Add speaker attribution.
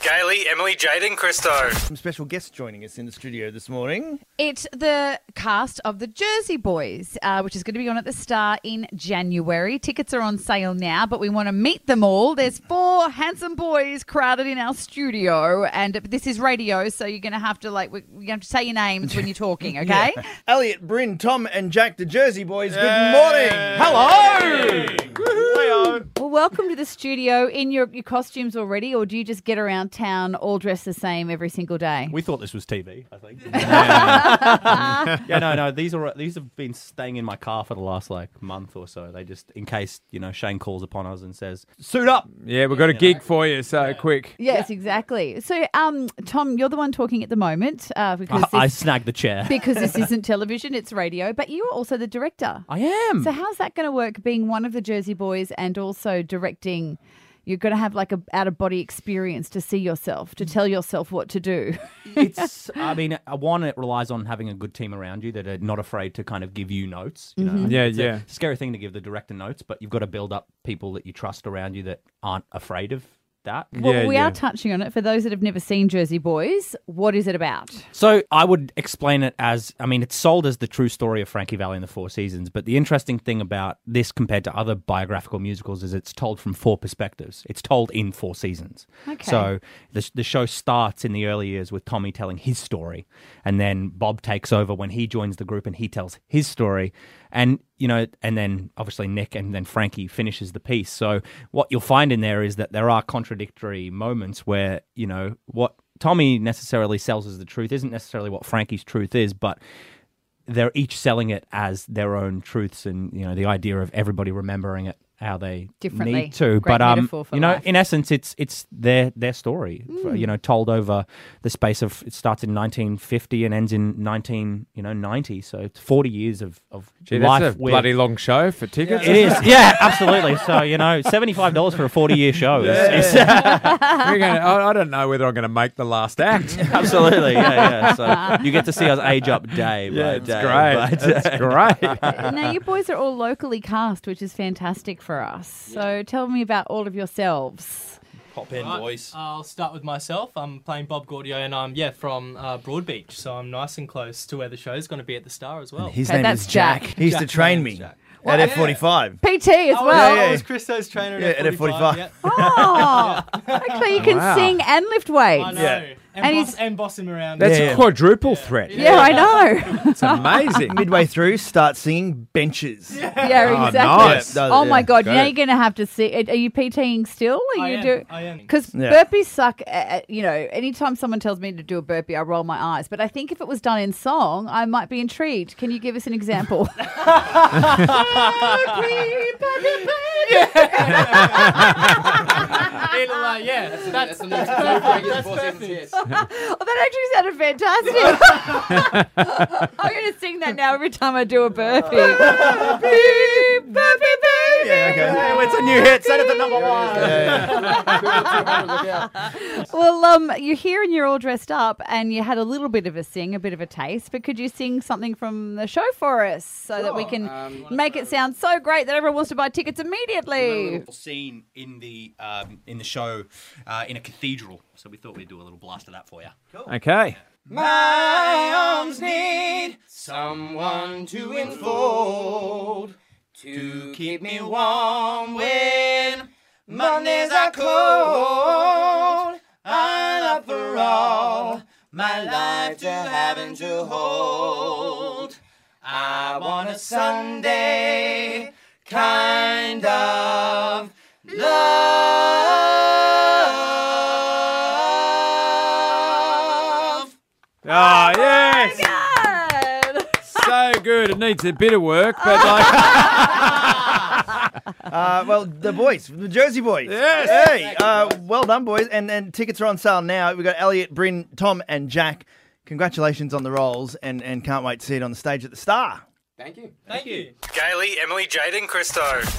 Speaker 1: Gailey, Emily, Jade, and Christo.
Speaker 2: Some special guests joining us in the studio this morning.
Speaker 3: It's the cast of the Jersey Boys, uh, which is going to be on at the Star in January. Tickets are on sale now, but we want to meet them all. There's four handsome boys crowded in our studio, and this is radio, so you're going to have to like we're going to have to say your names when you're talking, okay?
Speaker 2: Elliot, Bryn, Tom, and Jack, the Jersey Boys. Good morning. Hello.
Speaker 3: Well, welcome to the studio. In your your costumes already, or do you just get around town all dressed the same every single day?
Speaker 4: We thought this was TV. I think. yeah, no, no. These are these have been staying in my car for the last like month or so. They just in case you know Shane calls upon us and says, "Suit up."
Speaker 5: Yeah, we've got a gig for you, so quick.
Speaker 3: Yes, exactly. So, um, Tom, you're the one talking at the moment uh, because
Speaker 4: I, I
Speaker 3: this-
Speaker 4: snagged the chair.
Speaker 3: because this isn't television, it's radio, but you are also the director.
Speaker 4: I am.
Speaker 3: So, how's that going to work being one of the Jersey Boys and also directing? You're going to have like a out of body experience to see yourself, to tell yourself what to do.
Speaker 4: it's I mean uh, one it relies on having a good team around you that are not afraid to kind of give you notes. You know, I think
Speaker 5: Yeah,
Speaker 4: it's a
Speaker 5: yeah.
Speaker 4: scary thing to give the director notes, but you've got to build up people that you trust around you that aren't afraid of that.
Speaker 3: Well,
Speaker 5: Yeah,
Speaker 3: we
Speaker 5: yeah.
Speaker 3: are touching on it for those that have never seen Jersey Boys. What is it about?
Speaker 4: So I would explain it as I mean, it's sold as the true story of Frankie Valley and the Four Seasons. But the interesting thing about this compared to other biographical musicals is it's told from four perspectives. It's told in four seasons.
Speaker 3: Okay.
Speaker 4: So the, the show starts in the early years with Tommy telling his story, and then Bob takes over when he joins the group and he tells his story, and you know, and then obviously Nick and then Frankie finishes the piece. So what you'll find in there is that there are contradictory moments where you know what Tommy necessarily sells as the truth isn't necessarily what Frankie's truth is, but they're each selling it as their own truths, and you know the idea of everybody remembering it how they
Speaker 3: Differently.
Speaker 4: need to.
Speaker 3: Great
Speaker 4: but um,
Speaker 3: metaphor for
Speaker 4: you know,
Speaker 3: life.
Speaker 4: in essence, it's it's their their story, for- you know, told over the space of it starts in 1950 and ends in 19 you know 90. So it's 40 years of of
Speaker 5: Gee,
Speaker 4: life.
Speaker 5: that's a
Speaker 4: with-
Speaker 5: bloody long show for tickets.
Speaker 4: it is, yeah, absolutely. So you know, seventy-five dollars for a forty-year show is, is
Speaker 5: We're gonna, I, I don't know whether I'm going to make the last act.
Speaker 4: absolutely, yeah, yeah. So you get to see us age up day by
Speaker 5: it's
Speaker 4: day.
Speaker 5: great.
Speaker 4: by
Speaker 5: It's
Speaker 4: day.
Speaker 5: great.
Speaker 3: now, you boys are all locally cast, which is fantastic for us. So, tell me about all of yourselves.
Speaker 6: Pop in, boys. I'll start with myself. I'm playing Bob Gordio, and I'm yeah from uh, Broadbeach, so I'm nice and close to where the show's going to be at the Star as well.
Speaker 2: His
Speaker 3: Okay,
Speaker 2: name
Speaker 3: that's
Speaker 2: is Jack.
Speaker 3: Jack.
Speaker 2: He used to
Speaker 6: Jack,
Speaker 2: train
Speaker 6: my name's
Speaker 2: me
Speaker 6: Jack.
Speaker 2: at F45.
Speaker 3: PT as
Speaker 6: I was,
Speaker 3: well.
Speaker 2: yeah,
Speaker 6: I
Speaker 2: yeah.
Speaker 6: was Christo's trainer
Speaker 2: Yeah, at
Speaker 6: at
Speaker 2: F45.
Speaker 6: F45. Yeah.
Speaker 3: Oh, actually, you can
Speaker 5: Wow.
Speaker 3: sing and lift weights.
Speaker 6: I know.
Speaker 2: Yeah.
Speaker 6: And,
Speaker 3: And
Speaker 6: boss,
Speaker 3: he's-
Speaker 6: and boss him around.
Speaker 5: That's
Speaker 2: Yeah, yeah.
Speaker 5: a quadruple threat.
Speaker 3: Yeah, I know.
Speaker 5: It's amazing.
Speaker 2: Midway through, start singing benches.
Speaker 3: yeah,
Speaker 5: Oh,
Speaker 3: exactly.
Speaker 5: nice.
Speaker 2: Yeah,
Speaker 3: Oh
Speaker 2: yeah,
Speaker 3: my god!
Speaker 2: got
Speaker 3: now
Speaker 2: it.
Speaker 3: you're gonna have to see. Are you PTing still? Are
Speaker 6: I
Speaker 3: you
Speaker 6: am,
Speaker 3: do?
Speaker 6: I am.
Speaker 3: Because
Speaker 2: Yeah.
Speaker 3: burpees suck. At, at- you know, anytime someone tells me to do a burpee, I roll my eyes. But I think if it was done in song, I might be intrigued. Can you give us an example?
Speaker 6: It'll, uh, yeah, that's, that's,
Speaker 3: Oh, that actually sounded fantastic. I'm going to sing that now every time I do a burpee. Beep, burpee, baby.
Speaker 2: Yeah, okay.
Speaker 4: It's a new hit. Set it to number one.
Speaker 3: Well, um, you're here and you're all dressed up, and you had a little bit of a sing, a bit of a taste. But could you sing something from the show for us so that we can make it sound so great that everyone wants to buy tickets immediately?
Speaker 4: scene in the um, in the show uh, in a cathedral. So we thought we'd do a little blast of that for you.
Speaker 5: Okay. Oh, yes.
Speaker 3: Good.
Speaker 5: So good. It needs a bit of work, but like,
Speaker 2: Uh, well, the boys, the Jersey Boys.
Speaker 5: Yes.
Speaker 2: Hey, uh, well done, boys. And then tickets are on sale now. We've got Elliot, Bryn, Tom, and Jack. Congratulations on the roles and, and can't wait to see it on the stage at the Star.
Speaker 6: Thank you.
Speaker 1: Gailey, Emily, Jade, and Christo.